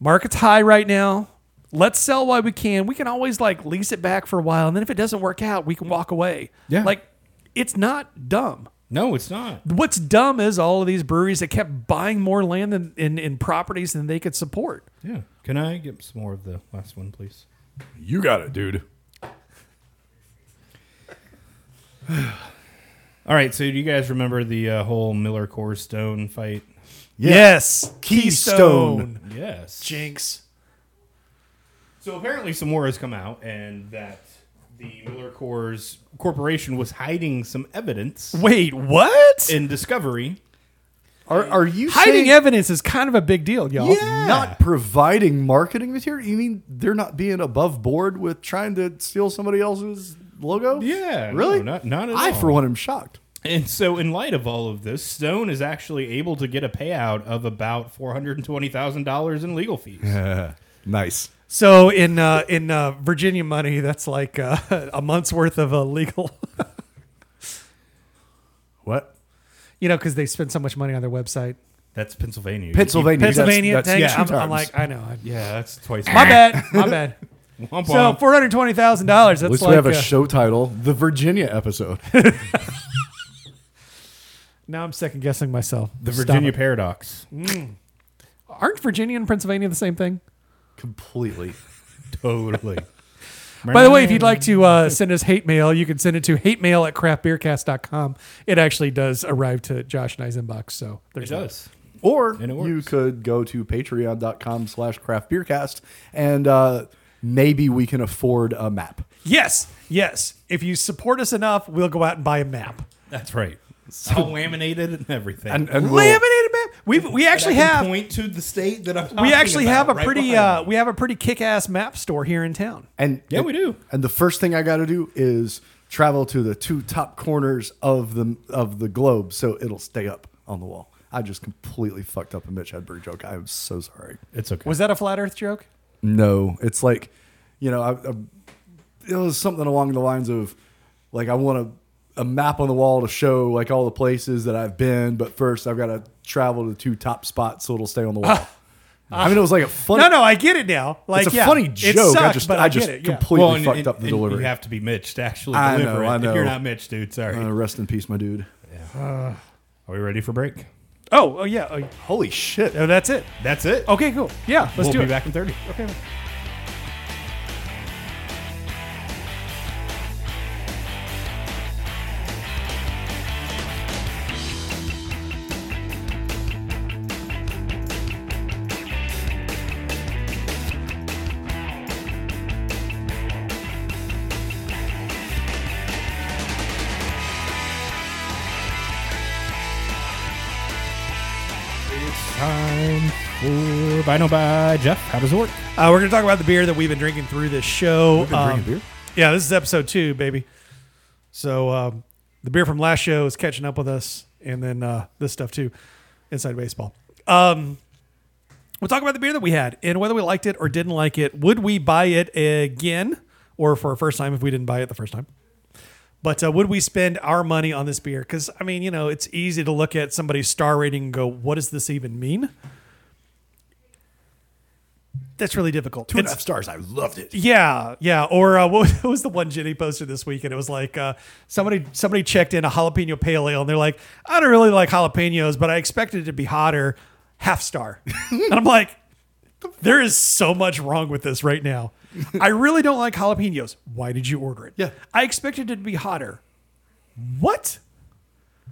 Market's high right now. Let's sell while we can. We can always like lease it back for a while, and then if it doesn't work out, we can walk away.
Yeah.
like it's not dumb.
No, it's not.
What's dumb is all of these breweries that kept buying more land than in, in properties than they could support.
Yeah. Can I get some more of the last one, please?
You got it, dude.
All right. So, do you guys remember the uh, whole Miller Core Stone fight?
Yes,
Keystone.
Yes.
Jinx.
So apparently, some more has come out, and that the Miller Coors Corporation was hiding some evidence
Wait, what?
in discovery.
Are, are you
Hiding
saying-
evidence is kind of a big deal, y'all.
Yeah.
not providing marketing material. You mean they're not being above board with trying to steal somebody else's logo?
Yeah, no,
really?
not- not at
I
all.
for one am shocked.
And so, in light of all of this, Stone is actually able to get a payout of about four hundred and twenty thousand dollars in legal fees.
nice.
So in uh, in uh, Virginia money, that's like uh, a month's worth of uh, legal,
What?
you know, because they spend so much money on their website.
That's Pennsylvania.
Pennsylvania.
Pennsylvania,
That's,
dang it,
that's
I'm,
two
I'm
times.
like, I know. I-
Yeah, that's twice.
My bad. My bad.
Womp
So
womp.
four hundred twenty thousand dollars. That's
At least
like
we have a
uh,
show title, the Virginia episode.
now I'm second guessing myself.
the
Stop
Virginia
it.
paradox.
aren't Virginia and Pennsylvania the same thing?
Completely.
Totally.
By the way, if you'd like to uh, send us hate mail, you can send it to hate mail at craftbeercast.com. It actually does arrive to Josh and I's inbox. So
it
there's that.
does.
Or
And it
you
works.
could go to patreon.com slash craftbeercast and uh, maybe we can afford a map.
Yes, yes. If you support us enough, we'll go out and buy a map.
That's right. All laminated and everything.
And, and we'll-
Laminated map. We we actually
And I can
have
point to the state that I'm.
we
talking
actually
about
have a
right
pretty
behind
uh,
me.
we have a pretty kick ass map store here in town.
And
Yeah, we do.
And the first thing I got to do is travel to the two top corners of the of the globe, so it'll stay up on the wall. I just completely fucked up a Mitch Hedberg joke. I'm so sorry.
It's okay.
Was that a flat Earth joke?
No, it's like, you know, I, I, it was something along the lines of, like, I want a, a map on the wall to show like all the places that I've been, but first I've got to travel to the two top spots so it'll stay on the wall. I mean, it was like a funny.
no, no, I get it now. Like,
it's a
yeah,
funny
it
joke. I
sucked,
just,
but
I,
get
just
it, yeah.
completely
and-
fucked
and-
up the
and
delivery.
You have to be Mitch to actually
I
deliver
know,
it.
I
If you're
know.
not Mitch, dude, sorry.
Uh, rest in peace, my dude.
Are we ready for break?
Oh, oh yeah. Oh,
Holy shit.
oh, that's it.
That's it.
Okay, cool. Yeah, let's
we'll
do
be
it.
back in 30.
Okay.
It's time for Vinyl by Jeff. How does it work?
Uh, we're gonna talk about the beer that we've been drinking through this show. Um,
beer?
Yeah, this is episode two, baby. So um, the beer from last show is catching up with us, and then uh, this stuff too, inside baseball. Um, we'll talk about the beer that we had and whether we liked it or didn't like it. Would we buy it again, or for a first time if we didn't buy it the first time? But uh, would we spend our money on this beer? Because I mean, you know, it's easy to look at somebody's star rating and go, "What does this even mean?" That's really difficult.
Two and a
It's-
half stars. I loved it.
yeah, yeah. Or uh, what was the one Jenny posted this week? And it was like uh, somebody somebody checked in a jalapeno pale ale, and they're like, "I don't really like jalapenos, but I expected it to be hotter." Half star, and I'm like, "There is so much wrong with this right now. I really don't like jalapenos. Why did you order it?
Yeah.
I expected it to be hotter. What?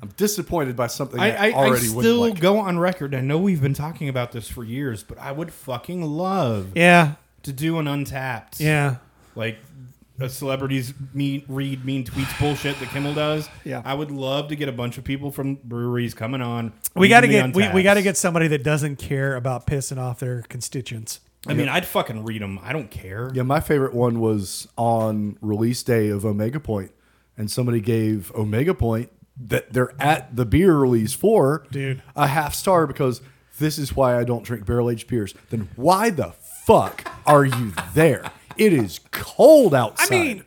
I'm disappointed by something I,
I, I, I
already
still
wouldn't like.
go on record. I know we've been talking about this for years, but I would fucking love
Yeah,
to do an untapped.
yeah."
Like a celebrities mean read mean tweets bullshit that Kimmel does.
Yeah.
I would love to get a bunch of people from breweries coming on.
We gotta
reading
get
the
we, we
Untappeds.
gotta get somebody that doesn't care about pissing off their constituents.
I mean, I'd fucking read them. I don't care.
Yeah, my favorite one was on release day of Omega Point, and somebody gave Omega Point that they're at the beer release for
Dude.
a half star because this is why I don't drink barrel aged beers. Then why the fuck are you there? It is cold
I
outside.
mean,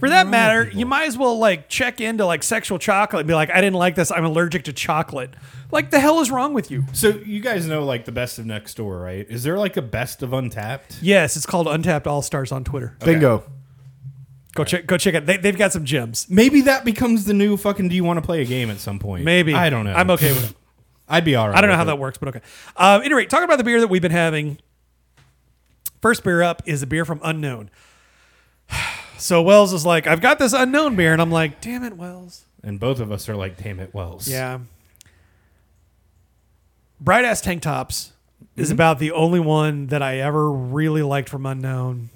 For that matter, you might as well like check into like sexual chocolate and be like, I didn't like this. I'm allergic to chocolate. Like, the hell is wrong with you?
So you guys know like the best of next door, right? Is there like a best of untapped?
Yes, it's called Untapped All Stars on Twitter.
bingo.
Go check, go check it. They, they've got some gems.
Maybe that becomes the new fucking. Do you want to play a game at some point?
Maybe
I don't know.
I'm okay with it.
I'd be all right.
I don't know how that works, but okay. Um, at any rate, talking about the beer that we've been having. First beer up is a beer from Unknown. So Wells is like, I've got this unknown beer, and I'm like, damn it, Wells.
And both of us are like, damn it, Wells.
Yeah. Bright ass tank tops is
Mm-hmm.
about the only one that I ever really liked from Unknown,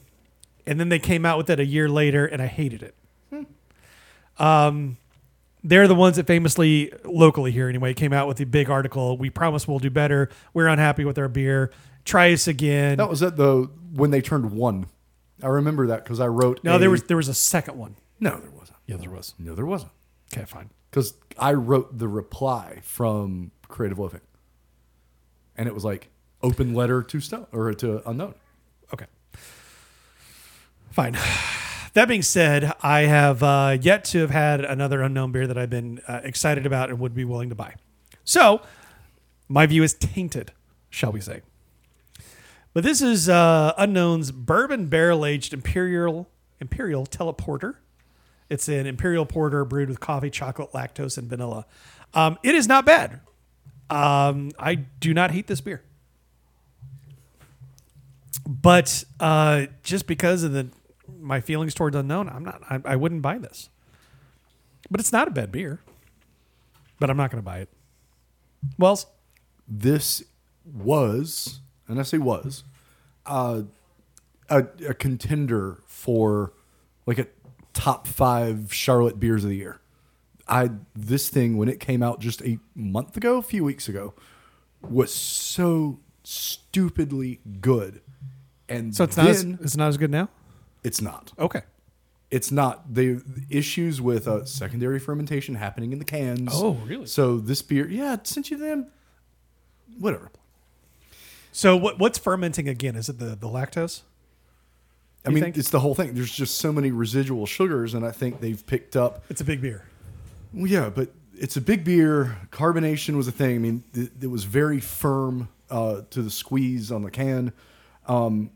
and then they came out with it a year later, and I hated it.
Hmm.
Um, they're the ones that famously, locally here anyway, came out with the big article. We promise we'll do better. We're unhappy with our beer. Try us again.
That was at the when they turned one. I remember that because I wrote.
no,
a-
there was there was a second one.
no, there wasn't.
Yeah, there was.
No, there wasn't.
Okay, fine.
because I wrote the reply from Creative Living, and it was like open letter to Stone or to unknown.
Okay. Fine. That being said, I have uh, yet to have had another unknown beer that I've been uh, excited about and would be willing to buy. So, my view is tainted, shall we say. But this is uh, Unknown's bourbon barrel aged imperial imperial teleporter. It's an imperial porter brewed with coffee, chocolate, lactose, and vanilla. Um, it is not bad. Um, I do not hate this beer, but uh, just because of the my feelings towards unknown, I'm not. I, I wouldn't buy this. But it's not a bad beer. But I'm not going to buy it. Wells,
this was, and I say was, uh, a, a contender for like a top five Charlotte beers of the year. I this thing when it came out just a month ago, a few weeks ago, was so stupidly good, and
so it's not. As,
then-
it's not as good now.
it's not
Okay.
it's not the issues with uh, secondary fermentation happening in the cans.
Oh, really?
So this beer, yeah, since you them, whatever.
So what what's fermenting again? Is it the the lactose?
I
You
mean,
think?
it's the whole thing. There's just so many residual sugars, and I think they've picked up.
It's a big beer.
Well, yeah, but it's a big beer. Carbonation was a thing. I mean, it, it was very firm uh, to the squeeze on the can. Um,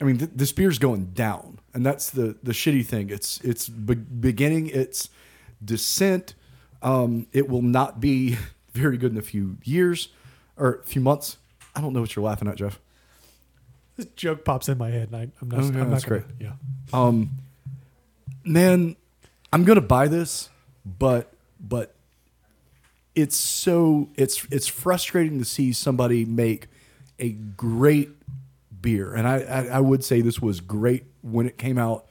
I mean, th- this beer's going down, and that's the the shitty thing. It's it's be- beginning its descent. Um, it will not be very good in a few years or a few months. I don't know what you're laughing at, Jeff.
This joke pops in my head, and I, I'm not.
Oh, yeah,
I'm
that's
not gonna,
great.
Yeah.
man, I'm gonna buy this, but but it's so it's it's frustrating to see somebody make a great beer, and I I, I would say this was great when it came out.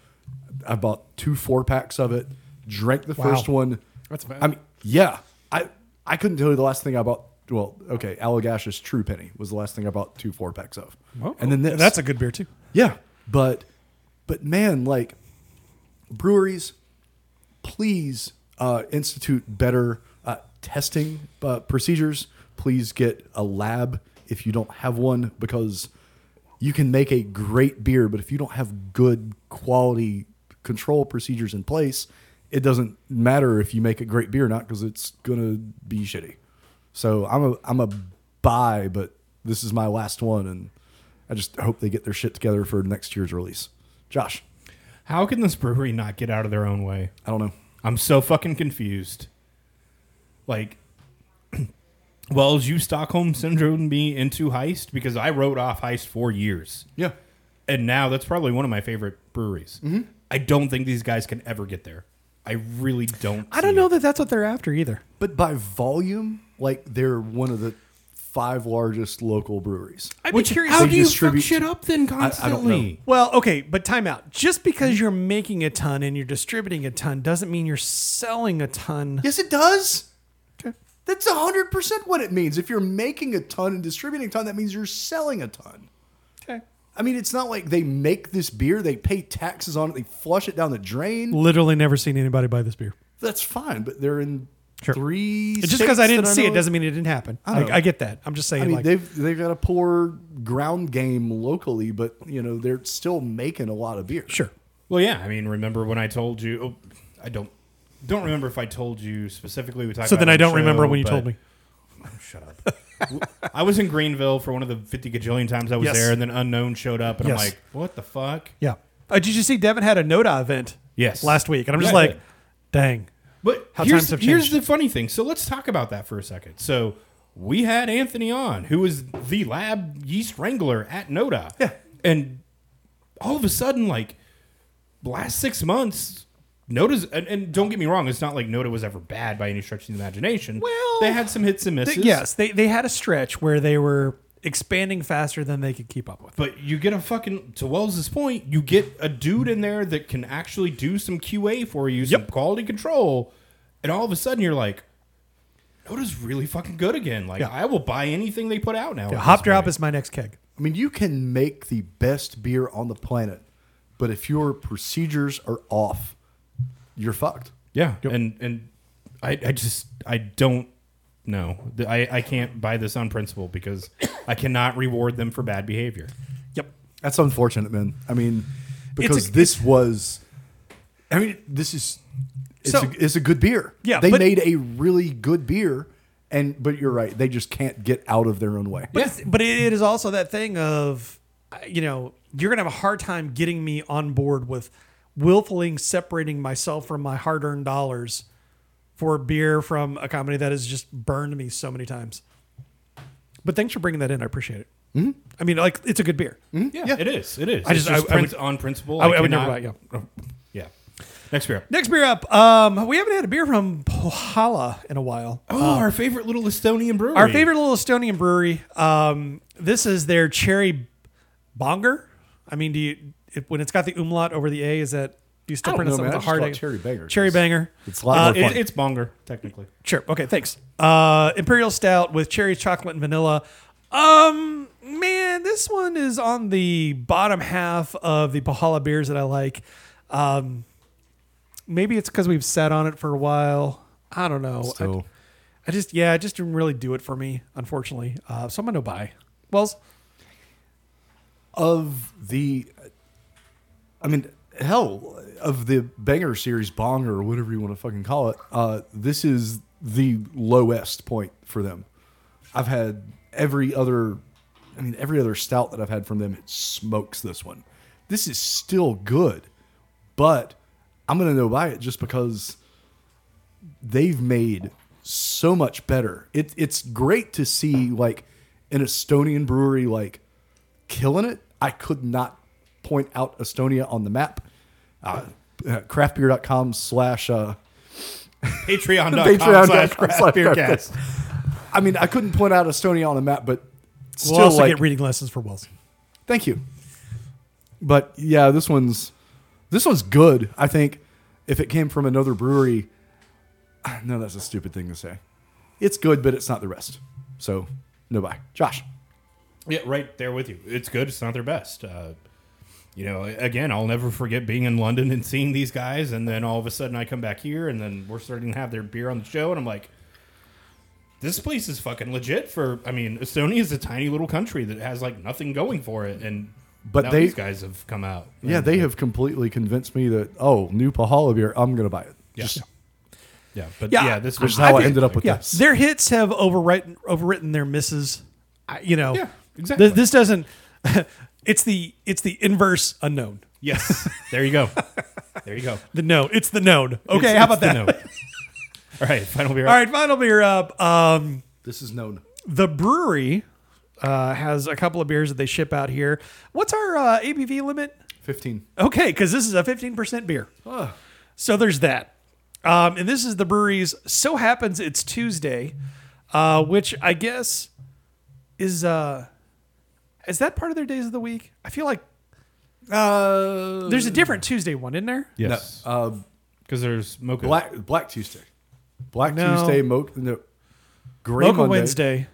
I bought two four packs of it, drank the
Wow.
first one.
That's bad.
I mean, yeah, I I couldn't tell you the last thing I bought. Well, okay, Allagash's True Penny was the last thing I bought two four packs of, and then this.
That's a good beer too.
Yeah, but but man, like breweries, please uh, institute better uh, testing uh, procedures. Please get a lab if you don't have one because you can make a great beer, but if you don't have good quality control procedures in place, it doesn't matter if you make a great beer or not because it's gonna be shitty. So I'm a I'm a buy, but this is my last one, and I just hope they get their shit together for next year's release. Josh,
How can this brewery not get out of their own way?
I don't know.
I'm so fucking confused. Like, well, is you Stockholm syndrome me into Heist? Because I wrote off Heist for years.
Yeah,
And now that's probably one of my favorite breweries.
Mm-hmm.
I don't think these guys can ever get there. I really don't.
I don't
see it.
know that that's what they're after either.
but by volume, like they're one of the five largest local breweries.
I'd
Which,
be curious.
how
They
do you fuck
distribute-
shit up then
know.
constantly?
well, okay, but time out. Just because you're making a ton and you're distributing a ton doesn't mean you're selling a ton.
Yes, it does.
Okay.
That's hundred percent what it means. If you're making a ton and distributing a ton, that means you're selling a ton.
Okay.
I mean, it's not like they make this beer, they pay taxes on it, they flush it down the drain.
Literally never seen anybody buy this beer.
That's fine, but they're in
Sure.
three.
Just because I
states
didn't
that
see
know
it
of.
doesn't mean it didn't happen. I,
know.
I, get that. I'm just saying.
I mean,
like,
they've they've got a poor ground game locally, but you know they're still making a lot of beer.
sure.
Well, yeah. I mean, remember when I told you? Oh, I don't don't remember if I told you specifically. We talked.
So
about
then
it
I
on
don't
the
remember
show,
when you
but-
told me.
Shut up. I was in Greenville for one of the fifty gajillion times I was
Yes.
there, and then unknown showed up, and
Yes.
I'm like, what the fuck?
Yeah. Uh, did you see Devin had a Noda event?
Yes.
Last week, and I'm just
Yeah, I
like,
did.
dang.
But
How
here's,
times have
here's
changed.
the funny thing. So let's talk about that for a second. So we had Anthony on, who was the lab yeast wrangler at Noda.
Yeah.
And all of a sudden, like last six months, Noda's and, and don't get me wrong, it's not like Noda was ever bad by any stretch of the imagination.
Well,
they had some hits and misses.
Th- yes, they they had a stretch where they were expanding faster than they could keep up with.
But you get a fucking to Wells's point, you get a dude in there that can actually do some QA for you, some quality control, and all of a sudden you're like, Noda's really fucking good again. Like I will buy anything they put out now.
Yeah,
at
hop
this
drop
point.
is my next keg.
I mean, you can make the best beer on the planet, but if your procedures are off, you're fucked.
yeah, and and I I just I don't know. The- I I can't buy this on principle because I cannot reward them for bad behavior.
Yep.
That's unfortunate, man. I mean, because
a-
this was, I mean, this is, it's,
So-
a, it's a good beer.
Yeah,
they
but-
made a really good beer, And but you're right, they just can't get out of their own way.
But, it's, but it is also that thing of, uh, you know, you're going to have a hard time getting me on board with willfully separating myself from my hard earned dollars for beer from a company that has just burned me so many times. But thanks for bringing that in. I appreciate it. I mean, like, it's a good beer.
Yeah, it is. It is.
I
It's
just- I- I
prin-
would-
on principle.
I, would- I would never
Mm-hmm. cannot-
buy it. Yeah.
Yeah. Next beer.
Next beer up. Um, we haven't had a beer from Pohala in a while.
Oh, our favorite little Estonian brewery.
Our favorite little Estonian brewery. Um, this is their cherry bonger. I mean, do you if, when it's got the umlaut over the a? Is that do you still
I don't
pronounce
know,
that with
man.
a
I just
hard
call
a?
it cherry banger.
Cherry banger.
It's a lot
Uh,
more fun.
It, it's bonger, technically.
Sure. Okay. Thanks. Uh, Imperial stout with cherry, chocolate, and vanilla. Um, man, this one is on the bottom half of the Pahala beers that I like. Um, maybe it's because we've sat on it for a while. I don't know. I-
so
I just yeah, it just didn't really do it for me, unfortunately. Uh, so I'm gonna buy. Wells,
of the I mean, hell, of the banger series, bong or whatever you want to fucking call it, uh, this is the lowest point for them. I've had every other, I mean, every other stout that I've had from them, it smokes this one. This is still good, but I'm gonna go buy it just because they've made so much better. It, it's great to see like an Estonian brewery like killing it. I could not point out Estonia on the map. Uh, uh, craftbeer.com slash uh,
Patreon.com
Patreon.com
slash
slash
Craft Beer Cast.
I mean, I couldn't point out Estonia on the map, but
we'll
still,
also
like,
get reading lessons for Wells.
thank you. But yeah, this one's this one's good. I think if it came from another brewery, no, that's a stupid thing to say. It's good, but it's not the rest. So no buy, Josh.
Yeah, right there with you. It's good. It's not their best. Uh, you know, again, I'll never forget being in London and seeing these guys, and then all of a sudden I come back here, and then we're starting to have their beer on the show, and I'm like, this place is fucking legit. For I mean, Estonia is a tiny little country that has like nothing going for it, and
But
now
they-
these guys have come out.
Yeah, they have completely convinced me that oh, new Pahala beer, I'm gonna buy it.
Yeah.
Just
yeah, but
Yeah,
yeah, this
which
was
is how I,
think-
ended up with
Yeah,
this.
their hits have overwritten overwritten their misses. I, you know,
Yeah, exactly.
Th- This, doesn't. it's the it's the inverse unknown.
Yes, there you go. There you go.
The known. It's the known. Okay,
It's-
how
it's
about
the
that?
note. All right, final beer.
All right, final beer up. Um,
This is known.
the brewery uh, has a couple of beers that they ship out here. What's our uh, ABV limit?
Fifteen.
Okay, because this is a 15% beer. So there's that. Um, and this is the brewery's So Happens It's Tuesday, uh, which I guess is uh, is that part of their days of the week? I feel like
Uh,
there's a different Tuesday one, isn't there?
Yes,
no, uh,
because there's mocha.
Black Black Tuesday, Black
No.
Tuesday, Mo- no, Gray
Local
Monday.
Wednesday.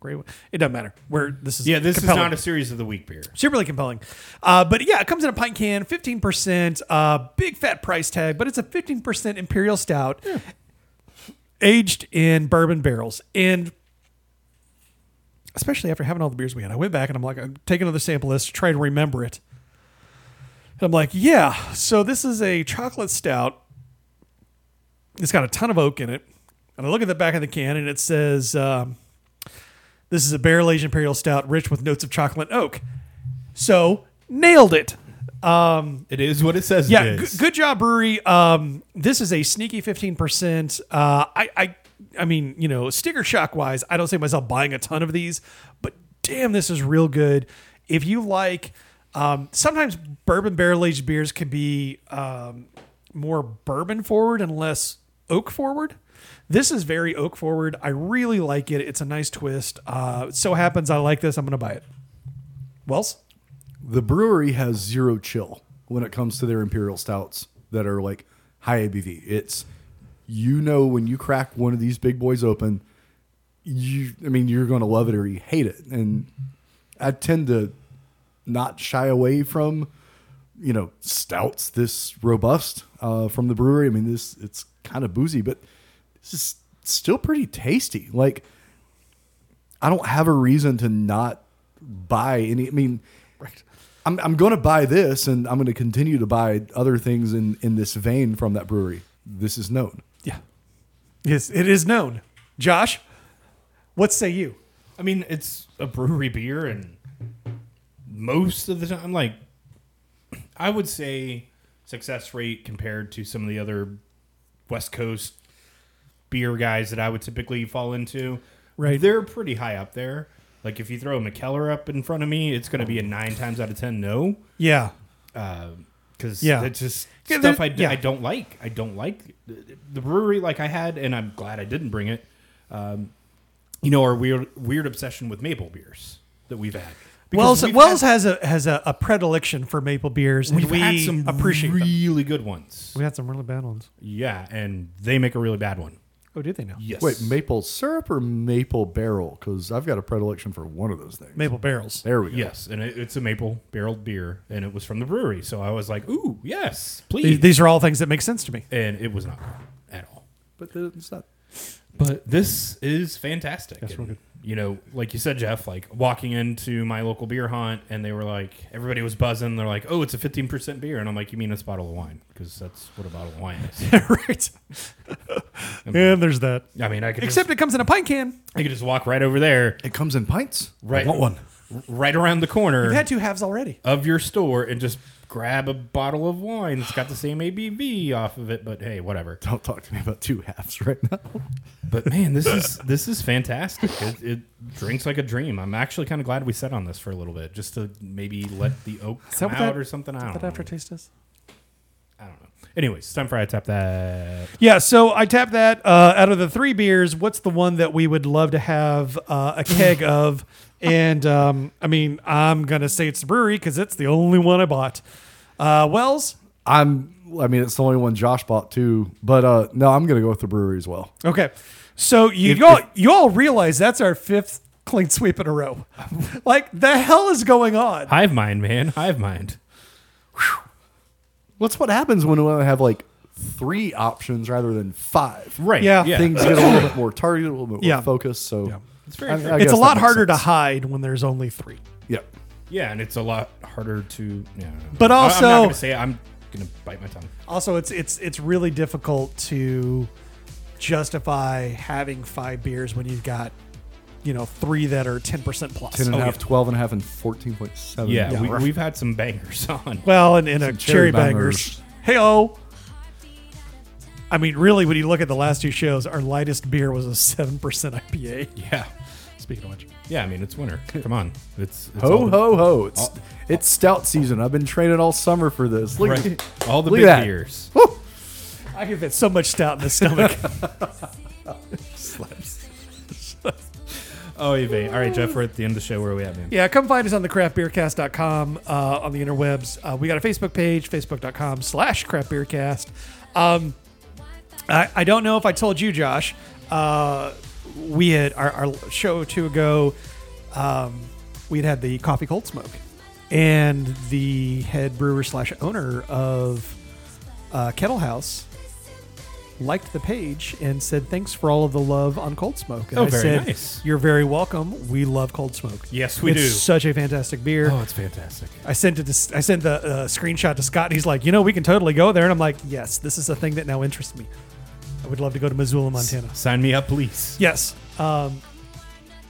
Great. one. It doesn't matter. Where this is
Yeah, this
compelling.
is not a series of the week beer.
Superly compelling. Uh, but yeah, it comes in a pint can, 15%, uh, big fat price tag, but it's a 15% Imperial Stout aged in bourbon barrels. And especially after having all the beers we had, I went back and I'm like, I'm taking another sample list to try to remember it. And I'm like, yeah, so this is a chocolate stout. It's got a ton of oak in it. And I look at the back of the can and it says, um, this is a barrel aged imperial stout rich with notes of chocolate and oak. So nailed it. Um,
It is what it says.
Yeah,
it
g-
is.
good job, brewery. Um, this is a sneaky fifteen percent. Uh, I, I, I mean, you know, sticker shock wise, I don't see myself buying a ton of these, but damn, this is real good. If you like, um, sometimes bourbon barrel aged beers can be um, more bourbon forward and less oak forward. This is very oak forward. I really like it. It's a nice twist. Uh, it so happens I like this. I'm going to buy it. Wells?
The brewery has zero chill when it comes to their imperial stouts that are like high ABV. It's you know when you crack one of these big boys open, you I mean you're going to love it or you hate it. And I tend to not shy away from you know stouts this robust uh, from the brewery. I mean this it's kind of boozy, but this is still pretty tasty. Like I don't have a reason to not buy any. I mean, I'm I'm going to buy this, and I'm going to continue to buy other things in in this vein from that brewery. This is known.
Yeah. Yes, it is known. Josh, what say you?
I mean, it's a brewery beer, and most of the time, like, I would say success rate compared to some of the other West Coast beer guys that I would typically fall into,
Right.
They're pretty high up there. Like, if you throw a McKellar up in front of me, it's going to be a nine times out of ten no,
Yeah.
because
Yeah.
that's Um, just
Yeah,
stuff
there-
I, d-
yeah.
I don't like. I don't like the the brewery like I had, and I'm glad I didn't bring it. Um, you know, our weird weird obsession with maple beers that we've had.
Wells
we've
Wells
had,
has a has a, a predilection for maple beers, and
we've
we
had some
appreciate them.
really good ones.
We had some really bad ones.
Yeah, and they make a really bad one.
Oh, did they now?
Yes.
Wait, maple syrup or maple barrel? Because I've got a predilection for one of those things.
Maple barrels.
There we go.
Yes, and it, it's a maple barreled beer, and it was from the brewery. So I was like, "Ooh, yes, please!"
These, these are all things that make sense to me.
and it was not at all.
But the- it's not.
But this is fantastic.
That's real
And, You know, like you said, Jeff, like walking into my local beer hunt and they were like, everybody was buzzing. They're like, oh, it's a 15% beer. And I'm like, you mean it's a bottle of wine? Because that's what a bottle of wine is.
right. and there's that.
I mean, I could,
Except it comes in a pint can.
just, I could just walk right over there,
It comes in pints.
Right.
I want one.
right around the corner
We've had two halves already.
of your store and just grab a bottle of wine that's got the same ABV off of it. But hey, whatever.
Don't talk to me about two halves right now.
But man, this is this is fantastic. It, it drinks like a dream. I'm actually kind of glad we sat on this for a little bit, just to maybe let the oak
Is that
come
what
out
that-
or something. I
That
don't know.
aftertaste is.
I don't know. Anyways, it's time for I tap that.
Yeah, so I tapped that. Uh, out of the three beers, what's the one that we would love to have uh, a keg of? And um, I mean, I'm gonna say it's the brewery because it's the only one I bought. Uh, Wells.
I'm. I mean, it's the only one Josh bought too. But uh, no, I'm gonna go with the brewery as well.
Okay, so you
If-
all
if-
you all realize that's our fifth clean sweep in a row. like the hell is going on?
Hive mind, man. Hive mind.
What's what happens when we have like three options rather than five?
Right.
Yeah.
Yeah.
Things get a little bit more targeted, a little bit more
Yeah.
focused. So
It's very
I- I
true.
It's
guess
a
that
lot
makes
harder to
sense.
hide when there's only three.
Yep.
yeah, and it's a lot harder to. Yeah.
But
I-
also-
I'm not gonna say it. I'm gonna bite my tongue.
Also, it's it's it's really difficult to justify having five beers when you've got you know three that are ten percent plus.
10 and a
Oh,
half,
yeah.
12 and a half, and 14.7.
Yeah, we,
right.
we've had some bangers on.
Oh, Well, and in a cherry,
cherry
bangers.
bangers.
Hey oh. I mean, really, when you look at the last two shows, our lightest beer was a seven percent IPA.
Yeah.
Speaking of which,
Yeah. I mean, it's winter. Come on. It's, it's all the-
Ho, ho, ho. It's,
Oh.
it's stout season. I've been training all summer for this. Look,
Right. All the
Look
big
at that.
beers.
I can fit so much stout in the stomach.
Oh, All right, Jeff. We're at the end of the show. Where are we at, man?
Yeah, come find us on the craftbeercast.com uh, on the interwebs. Uh, we got a Facebook page, facebook.com slash craftbeercast. Um, I, I don't know if I told you, Josh. Uh, we had our, our show two ago, um, we'd had the coffee cold smoke. And the head brewer slash owner of uh, Kettle House liked the page and said, Thanks for all of the love on Cold Smoke. And
Oh,
I
very
said,
nice.
You're very welcome. We love Cold Smoke.
Yes, we
It's
do.
Such a fantastic beer.
Oh, it's fantastic.
I sent it. To, I sent the uh, screenshot to Scott, and he's like, "You know, we can totally go there." And I'm like, "Yes, this is a thing that now interests me. I would love to go to Missoula, Montana."
Sign me up, please.
Yes. Um,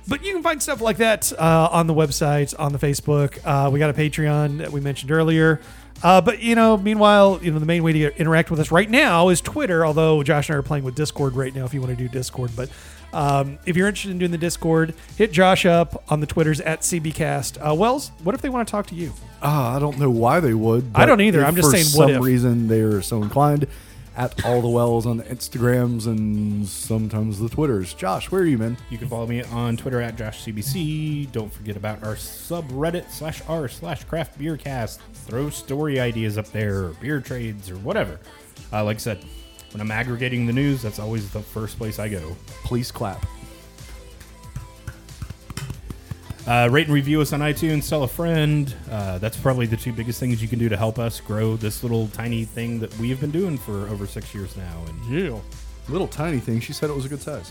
but you can find stuff like that uh, on the website, on the Facebook. Uh, we got a Patreon that we mentioned earlier. Uh, but you know, meanwhile, you know the main way to get, interact with us right now is Twitter. Although Josh and I are playing with Discord right now, if you want to do Discord. But um, if you're interested in doing the Discord, hit Josh up on the Twitters at CBcast. Uh, Wells, what if they want to talk to you?
Ah, I don't know why they would.
I don't
but
either.
if
I'm just
for
saying what
some
if.
reason they are so inclined at all the wells on the Instagrams and sometimes the Twitters. Josh, where are you, man?
You can follow me on Twitter at JoshCBC. Don't forget about our subreddit slash r slash craft beer cast. Throw story ideas up there, or beer trades, or whatever. Uh, like I said, when I'm aggregating the news, that's always the first place I go.
Please clap.
Uh, rate and review us on iTunes. Tell a friend. Uh, that's probably the two biggest things you can do to help us grow this little tiny thing that we have been doing for over six years now. And,
You.
Little tiny thing. She said it was a good size.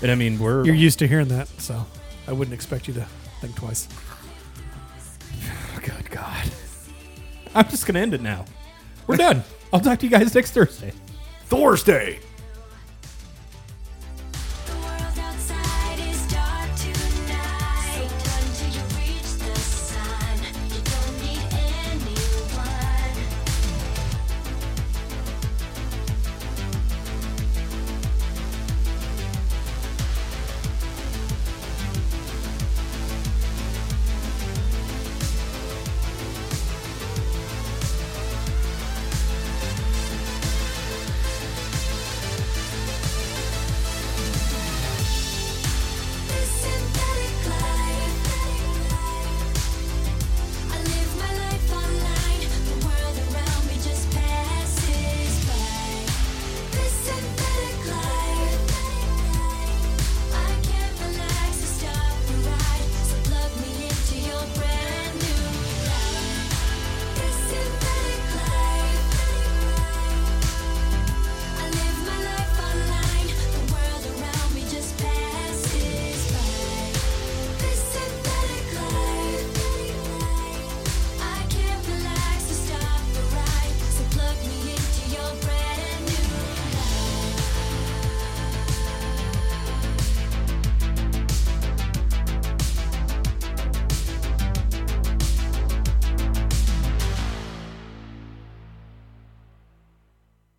and I mean, we're
You're used to hearing that, so I wouldn't expect you to think twice.
Good God. I'm just going to end it now. We're done. I'll talk to you guys next Thursday.
Thursday.